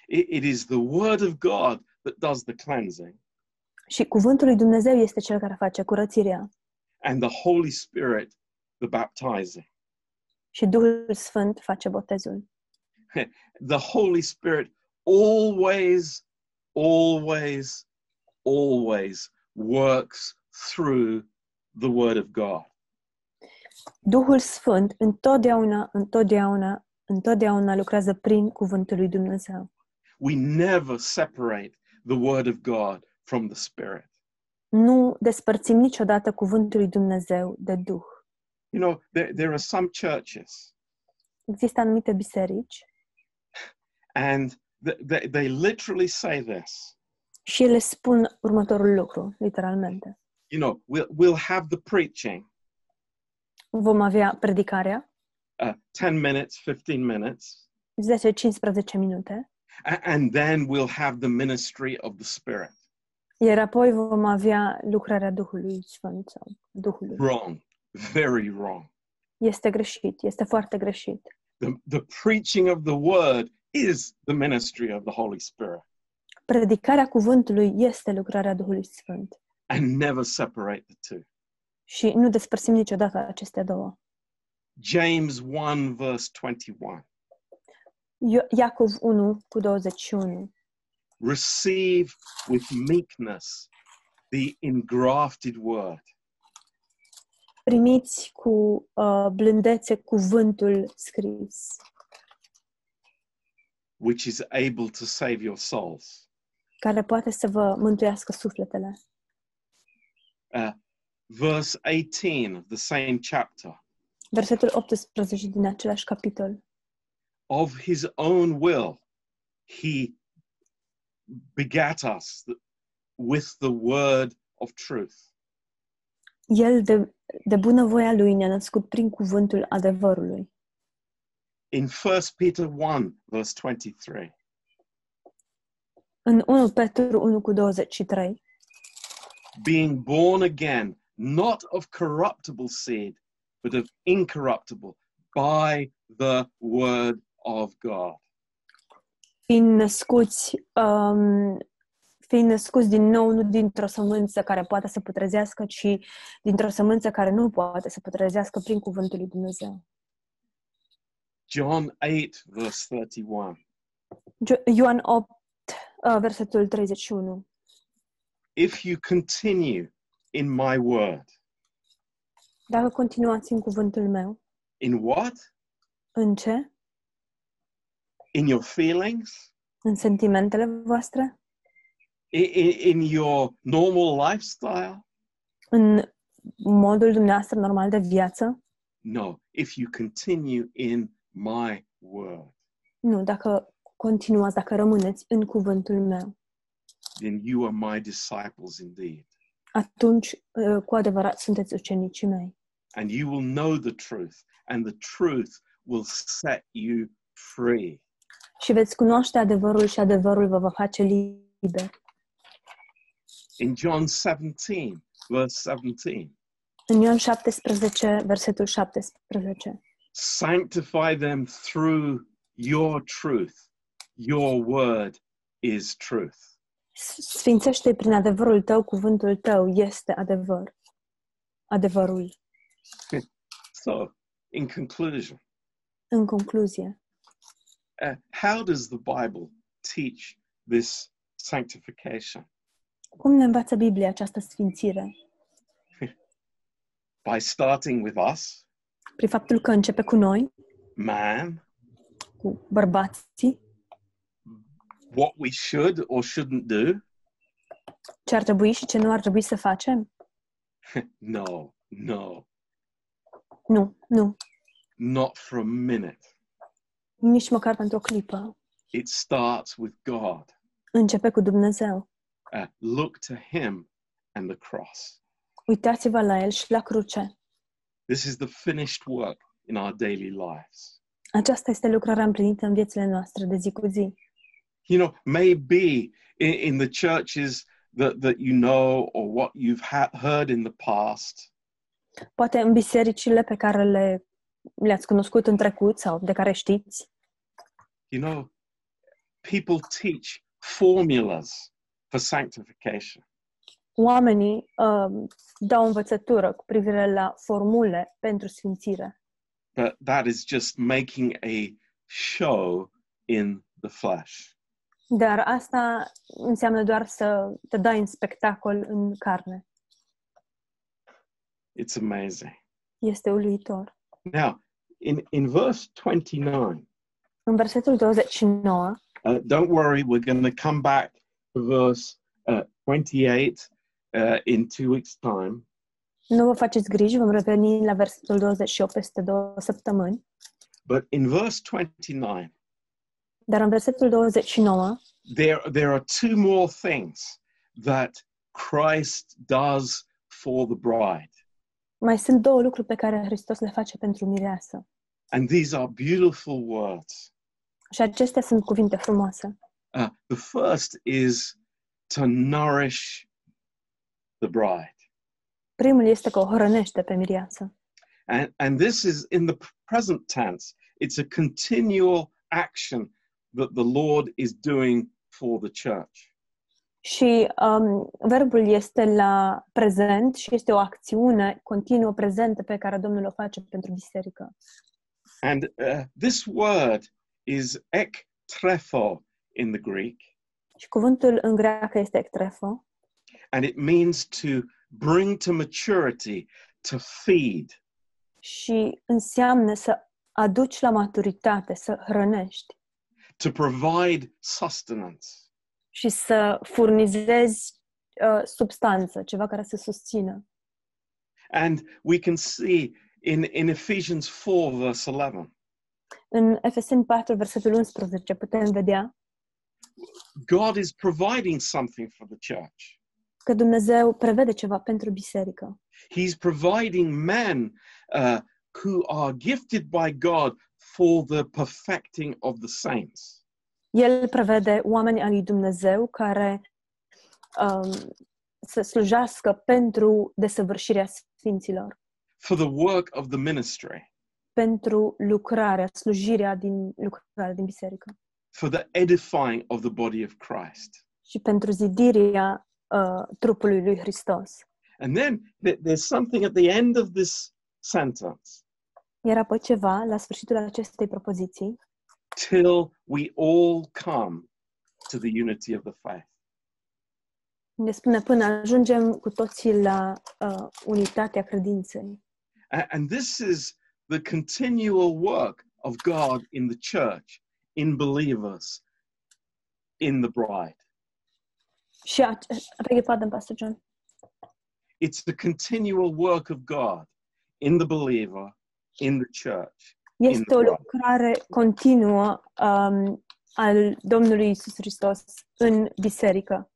It, it is the word of God that does the cleansing, Și cuvântul lui Dumnezeu este cel care face curățirea. and the Holy Spirit, the baptizing. Și Duhul Sfânt face botezul. the Holy Spirit always, always, always works through the Word of God. Duhul Sfânt întotdeauna, întotdeauna, întotdeauna lucrează prin cuvântul lui Dumnezeu. We never separate the Word of God from the Spirit. Nu despărțim niciodată cuvântul lui Dumnezeu de Duh. You know, there, there are some churches Există anumite biserici and th- they, they literally say this și ele spun următorul lucru, literalmente. you know, we'll, we'll have the preaching Vom avea predicarea, uh, 10 minutes, 15 minutes, 10-15 minute, a- and then we'll have the ministry of the Spirit. Iar apoi vom avea lucrarea Duhului Sfânt sau Duhului. Wrong, very wrong. Este greșit, este foarte greșit. the, the preaching of the word is the ministry of the Holy Spirit Predicarea cuvântului este lucrarea Duhului Sfânt and never separate the two. și nu despărțim niciodată aceste două. James 1, verse 21. Io- Iacov 1 cu 21. Receive with meekness the engrafted word, Primiți cu uh, blândețe cuvântul scris, which is able to save your souls. care poate să vă mântuiască sufletele. Verse 18 of the same chapter. Versetul 18 din același capitol. Of his own will, he begat us th- with the word of truth. El de, de bunăvoia lui ne-a născut prin cuvântul adevărului. in 1 Peter 1, verse 23. În 1 Petru 1 cu 23, Being born again, not of corruptible seed, but of incorruptible, by the word of God. fiind născuți, um, fiind născuți din nou, nu dintr-o sămânță care poate să putrezească, ci dintr-o sămânță care nu poate să putrezească prin cuvântul lui Dumnezeu. John 8, verse 31. Jo- Ioan 8, uh, versetul 31. If you continue in my word, Dacă continuați în cuvântul meu, in what? în ce? In your feelings? În sentimentele voastre? In, in, in your normal lifestyle? În modul dumneavoastră normal de viață? No, if you continue in my word, Nu, dacă continuați, dacă rămâneți în cuvântul meu, then you are my disciples indeed. ă, atunci uh, cu adevărat sunteți ucenicii mei. and you will know the truth, and the truth will set you free. și veți cunoaște adevărul și adevărul vă va face liber. In John 17, verse 17, În Ion 17, versetul 17. sanctify them through your truth. Your word is truth. Sfințește prin adevărul tău, cuvântul tău este adevăr. Adevărul. So, in conclusion, În concluzie, uh, how does the Bible teach this sanctification? cum ne învață Biblia această sfințire? By starting with us, Prin faptul că începe cu noi, man, cu bărbații, what we should or shouldn't do? ce ar trebui și ce nu ar trebui să facem? No, no, Nu, nu. not for a minute. Nici măcar pentru o clipă. It starts with God. Începe cu Dumnezeu. Uh, look to Him and the cross. Uitați-vă la El și la cruce. This is the finished work in our daily lives. Aceasta este lucrarea împlinită în viețile noastre de zi cu zi. You know, maybe in, in the churches that, that you know or what you've ha- heard in the past, Poate în bisericile pe care le, le-ați cunoscut în trecut sau de care știți, you know, people teach formulas for sanctification. oamenii um, dau învățătură cu privire la formule pentru sfințire. but that is just making a show in the flesh. Dar asta înseamnă doar să te dai în spectacol în carne. It's amazing. Este uluitor. Now, in, in verse 29, În versetul 29, uh, don't worry, we're going to come back to verse uh, 28 uh, in two weeks' time. nu vă faceți griji, vom reveni la versetul 28 peste două săptămâni, But in verse 29, dar în versetul 29 there, there are two more things that Christ does for the bride. mai sunt două lucruri pe care Hristos le face pentru mireasă. And these are beautiful words. Și acestea sunt cuvinte frumoase. Uh, the first is to nourish the bride. Primul este că o hrănește pe miriață. And, and this is in the present tense, it's a continual action that the Lord is doing for the church. Și um, verbul este la prezent și este o acțiune continuă prezentă pe care Domnul o face pentru biserică. And uh, this word is ektrefo in the Greek, Și cuvântul în greacă este ectrefo and it means to bring to maturity, to feed. și înseamnă să aduci la maturitate, să hrănești To provide sustenance. și să furnizezi uh, substanță, ceva care să susțină. And we can see in, in Ephesians 4, verse 11, În Efeseni 4, versetul 11, putem vedea God is providing something for the church. că Dumnezeu prevede ceva pentru biserică. He's providing men uh, who are gifted by God for the perfecting of the saints. El prevede oameni al lui Dumnezeu care um, să slujească pentru desăvârșirea sfinților, For the work of the ministry, pentru lucrarea, slujirea din lucrarea din biserică for the edifying of the body of Christ. și pentru zidirea uh, trupului lui Hristos. And then th- there's something at the end of this sentence Iar apoi ceva, la sfârșitul acestei propoziții, till we all come to the unity of the faith. ne spune până ajungem cu toții la uh, unitatea credinței. A- And this is the continual work of God in the church, in believers, in the bride. Și a, a beg your pardon, Pastor John. It's the continual work of God in the believer, in the church. Este o Individual. lucrare continuă um, al Domnului Isus Hristos în biserică.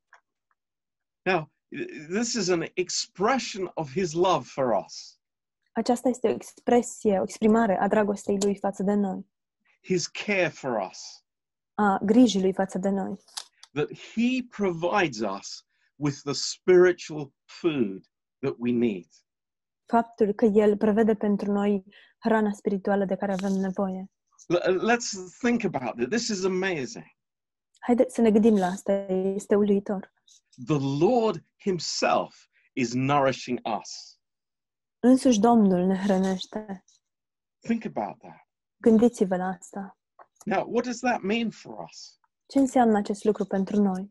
Now, i- this is an expression of his love for us. Aceasta este o expresie, o exprimare a dragostei lui față de noi, his care for us, a grijii lui față de noi, that he provides us with the spiritual food that we need. faptul că El prevede pentru noi hrana spirituală de care avem nevoie. L- Let's think about it. This is amazing. Haideți să ne gândim la asta, este uluitor. The Lord himself is nourishing us. Însuși Domnul ne hrănește. Think about that. Gândiți-vă la asta. Now, what does that mean for us? Ce înseamnă acest lucru pentru noi?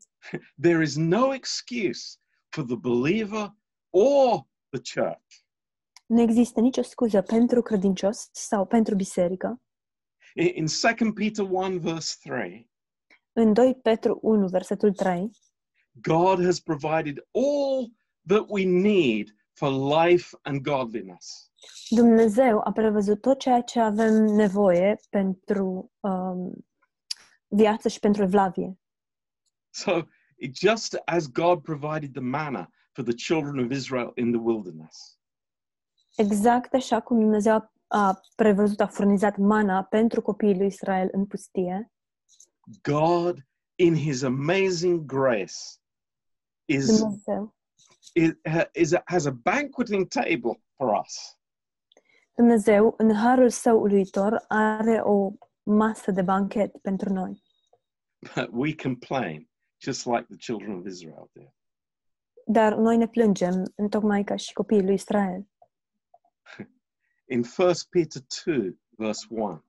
There is no excuse for the believer or the church. Nu există nicio scuză pentru credincios sau pentru biserică. In, in 2 Peter 1, verse 3, În 2 Petru 1, versetul 3, God has provided all that we need for life and godliness. Dumnezeu a prevăzut tot ceea ce avem nevoie pentru um, viață și pentru evlavie. So, it, just as God provided the manna for the children of Israel in the wilderness, Exact așa cum Dumnezeu a, a prevăzut, a furnizat mana pentru copiii lui Israel în pustie, God, in His amazing grace, is, Dumnezeu, is, is has a banqueting table for us. Dumnezeu, în harul său uluitor, are o masă de banchet pentru noi. But we complain, just like the children of Israel did. Dar noi ne plângem, tocmai ca și copiii lui Israel. In 1 Peter 2, verse 1,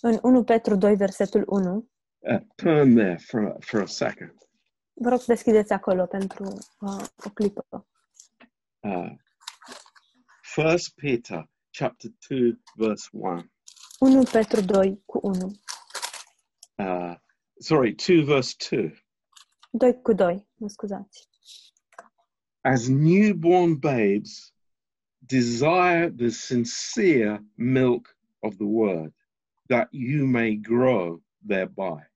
În 1 Petru 2, versetul 1, uh, turn there for, for a second. vă rog să deschideți acolo pentru uh, o clipă. Uh, 1 Peter chapter 2, verse 1. 1 Petru 2 cu 1. Uh, sorry, 2 verse 2. 2 cu 2, mă scuzați. As newborn babes, desire the sincere milk of the word, that you may grow thereby.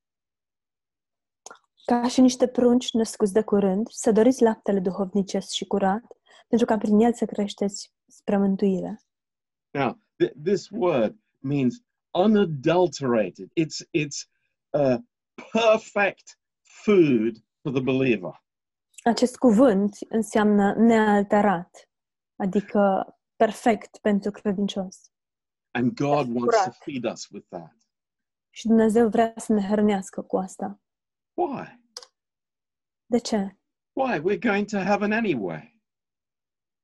Ca și niște prunci născuți de curând, să doriți laptele duhovnicesc și curat, pentru ca prin el să creșteți spre mântuire. Now, th- this word means unadulterated. It's it's uh, perfect food for the believer. Acest cuvânt înseamnă nealterat, adică perfect pentru credincios. And God wants to Correct. feed us with that. Și Dumnezeu vrea să ne hrănească cu asta. Why? De ce? Why? We're going to heaven anyway.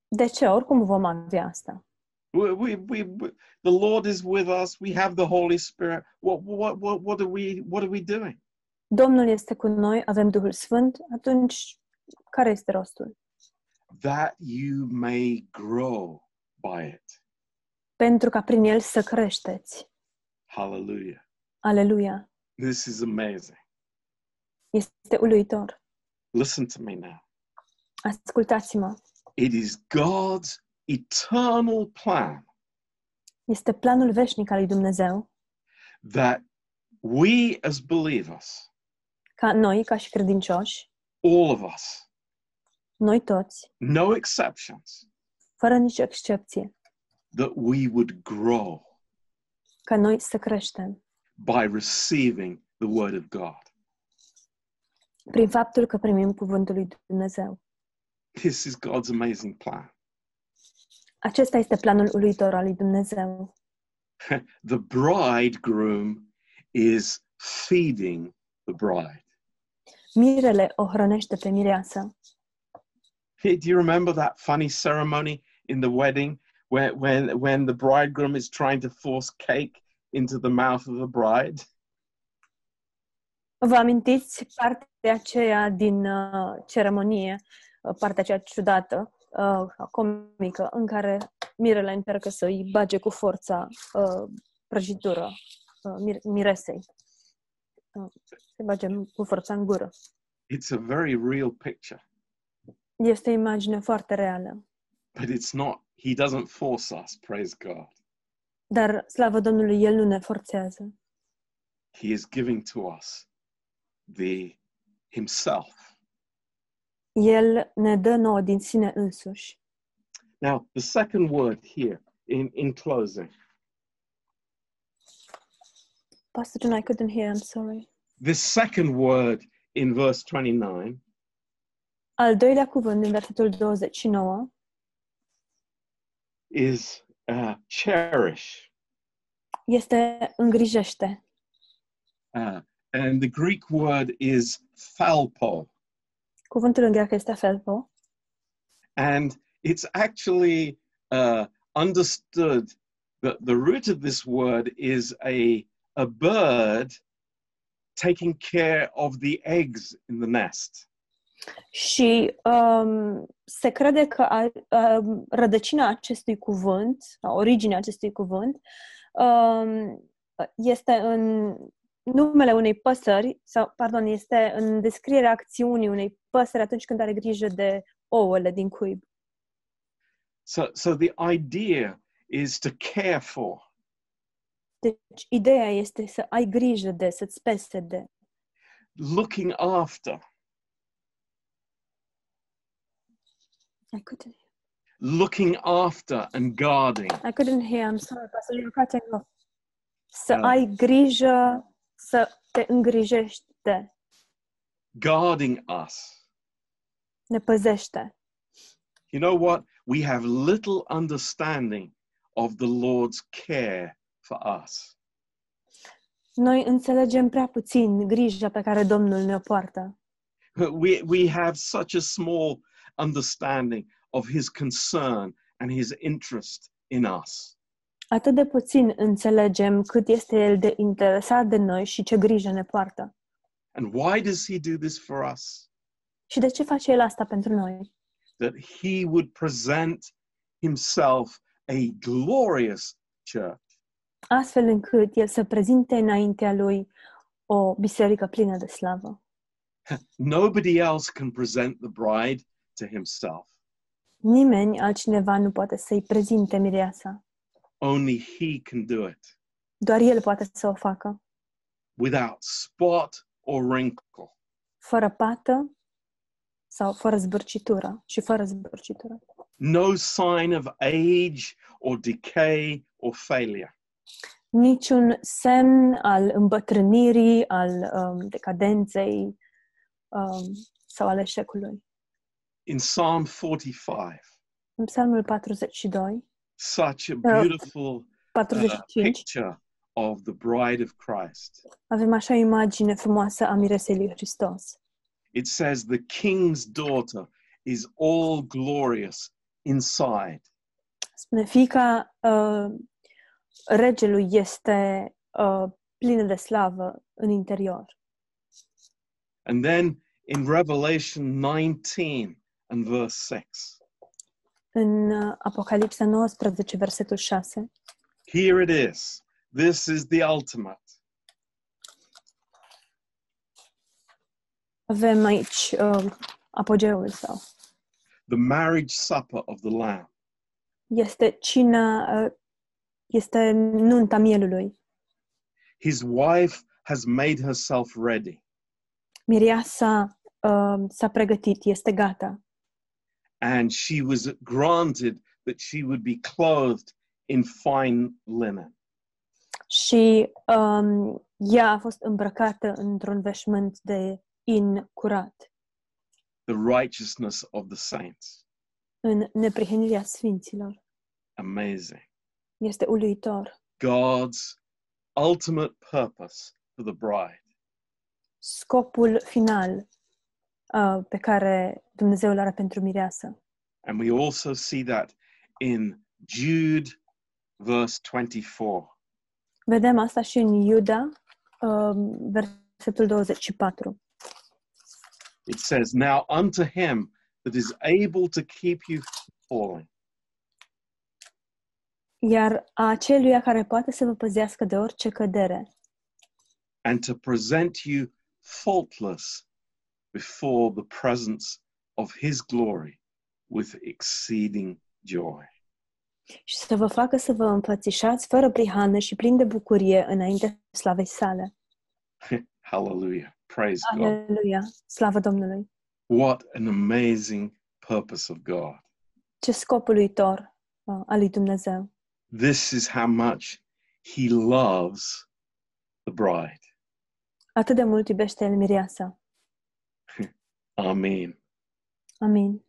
De ce? Oricum vom avea asta. We, we, we, we, the Lord is with us. We have the Holy Spirit. What, what, what, what are we, what are we doing? Domnul este cu noi, avem Duhul Sfânt, atunci care este rostul? That you may grow by it. Pentru ca prin el să creșteți. Hallelujah. Aleluia! This is amazing. Este uluitor. Listen to me now. Ascultați-mă! It is God's eternal plan Este planul veșnic al lui Dumnezeu that we as believers, ca noi, ca și credincioși, all of us, noi toți, no exceptions, fără nicio excepție, that we would grow ca noi să creștem by receiving the Word of God. prin faptul că primim cuvântul lui Dumnezeu. This is God's amazing plan. Acesta este planul uluitor al lui Dumnezeu. The bridegroom is feeding the bride. Mirele o hrănește pe mireasă. Hey, Do you remember that funny ceremony in the wedding where, when, when the bridegroom is trying to force cake into the mouth of the bride? Vă amintiți partea aceea din uh, ceremonie, uh, partea aceea ciudată, uh, comică, în care mirele încearcă să îi bage cu forța uh, prăjitură uh, mir- miresei. Uh, se bage în- cu forța în gură. It's a very real picture, Este o imagine foarte reală. but it's not, he doesn't force us, praise God. Dar, slavă Domnului, El nu ne forțează. He is giving to us the himself. El ne dă nouă din sine însuși. Now, the second word here in, in closing, Pastor John, I couldn't hear. I'm sorry. this second word in verse 29 Al doilea cuvânt din versetul 29 is uh, cherish. este îngrijește Uh, and the Greek word is thalpo. Cuvântul în greacă este felpo And it's actually uh, understood that the root of this word is a, a bird taking care of the eggs in the nest. și um, se crede că a, um, rădăcina acestui cuvânt, sau originea acestui cuvânt, um, este în numele unei păsări, sau, pardon, este în descrierea acțiunii unei păsări atunci când are grijă de ouăle din cuib. So, so the idea is to care for. Deci, ideea este să ai grijă de, să-ți pese de, looking after, I couldn't. looking after and guarding. I couldn't hear. I'm sorry, Pastor. You're cutting off. Să Ah. ai grijă, să te îngrijești de, Guarding us. ne păzește. You know what? We have little understanding of the Lord's care for us. Noi înțelegem prea puțin grija pe care Domnul ne-o poartă. We, we have such a small understanding of His concern and His interest in us. Atât de puțin înțelegem cât este El de interesat de noi și ce grijă ne poartă. And why does He do this for us? Și de ce face El asta pentru noi? That He would present Himself a glorious church. Astfel încât El să prezinte înaintea Lui o biserică plină de slavă. Nobody else can present the bride to Himself. Nimeni altcineva nu poate să-i prezinte mireasa. Only He can do it Doar El poate să o facă. without spot or wrinkle. Fără pată sau fără zbârcitură și fără zbârcitură. No sign of age or decay or failure. Niciun semn al îmbătrânirii, al um, decadenței um, sau al eșecului. In Psalm 45, În Psalmul 42, such a Uh, beautiful uh, 45, picture of the bride of Christ. avem așa o imagine frumoasă a miresei lui Hristos. It says, The king's daughter is all glorious inside. Spune, fica uh, regelui este uh, plină de slavă în interior. And then in Revelation 19 and verse 6, În uh, Apocalipsa 19, versetul 6, here it is. This is the ultimate. avem aici uh, apogeul sau the marriage supper of the Lamb. este cina, uh, este nunta mielului. His wife has made herself ready, Mireasa uh, s-a pregătit, este gata and she was granted that she would be clothed in fine linen. și um, ea a fost îmbrăcată într-un veșmânt de in curat, The righteousness of the saints. în neprihănirea sfinților. Amazing. Este uluitor. God's ultimate purpose for the bride. Scopul final uh, pe care Dumnezeu l are pentru mireasă. And we also see that in Jude, verse 24. Vedem asta și în Iuda, um, versetul 24. It says, Now unto him that is able to keep you from falling. Iar a aceluia care poate să vă păzească de orice cădere and to present you faultless before the presence of his glory with exceeding joy. și să vă facă să vă înfățișați fără prihană și plin de bucurie înainte slavei sale. Hallelujah. Praise God. Aleluia! Slavă Domnului! What an amazing purpose of God. Ce scop uluitor uh, al lui Dumnezeu! this is how much he loves the bride. Atât de mult iubește El mireasa. Amen. Amin.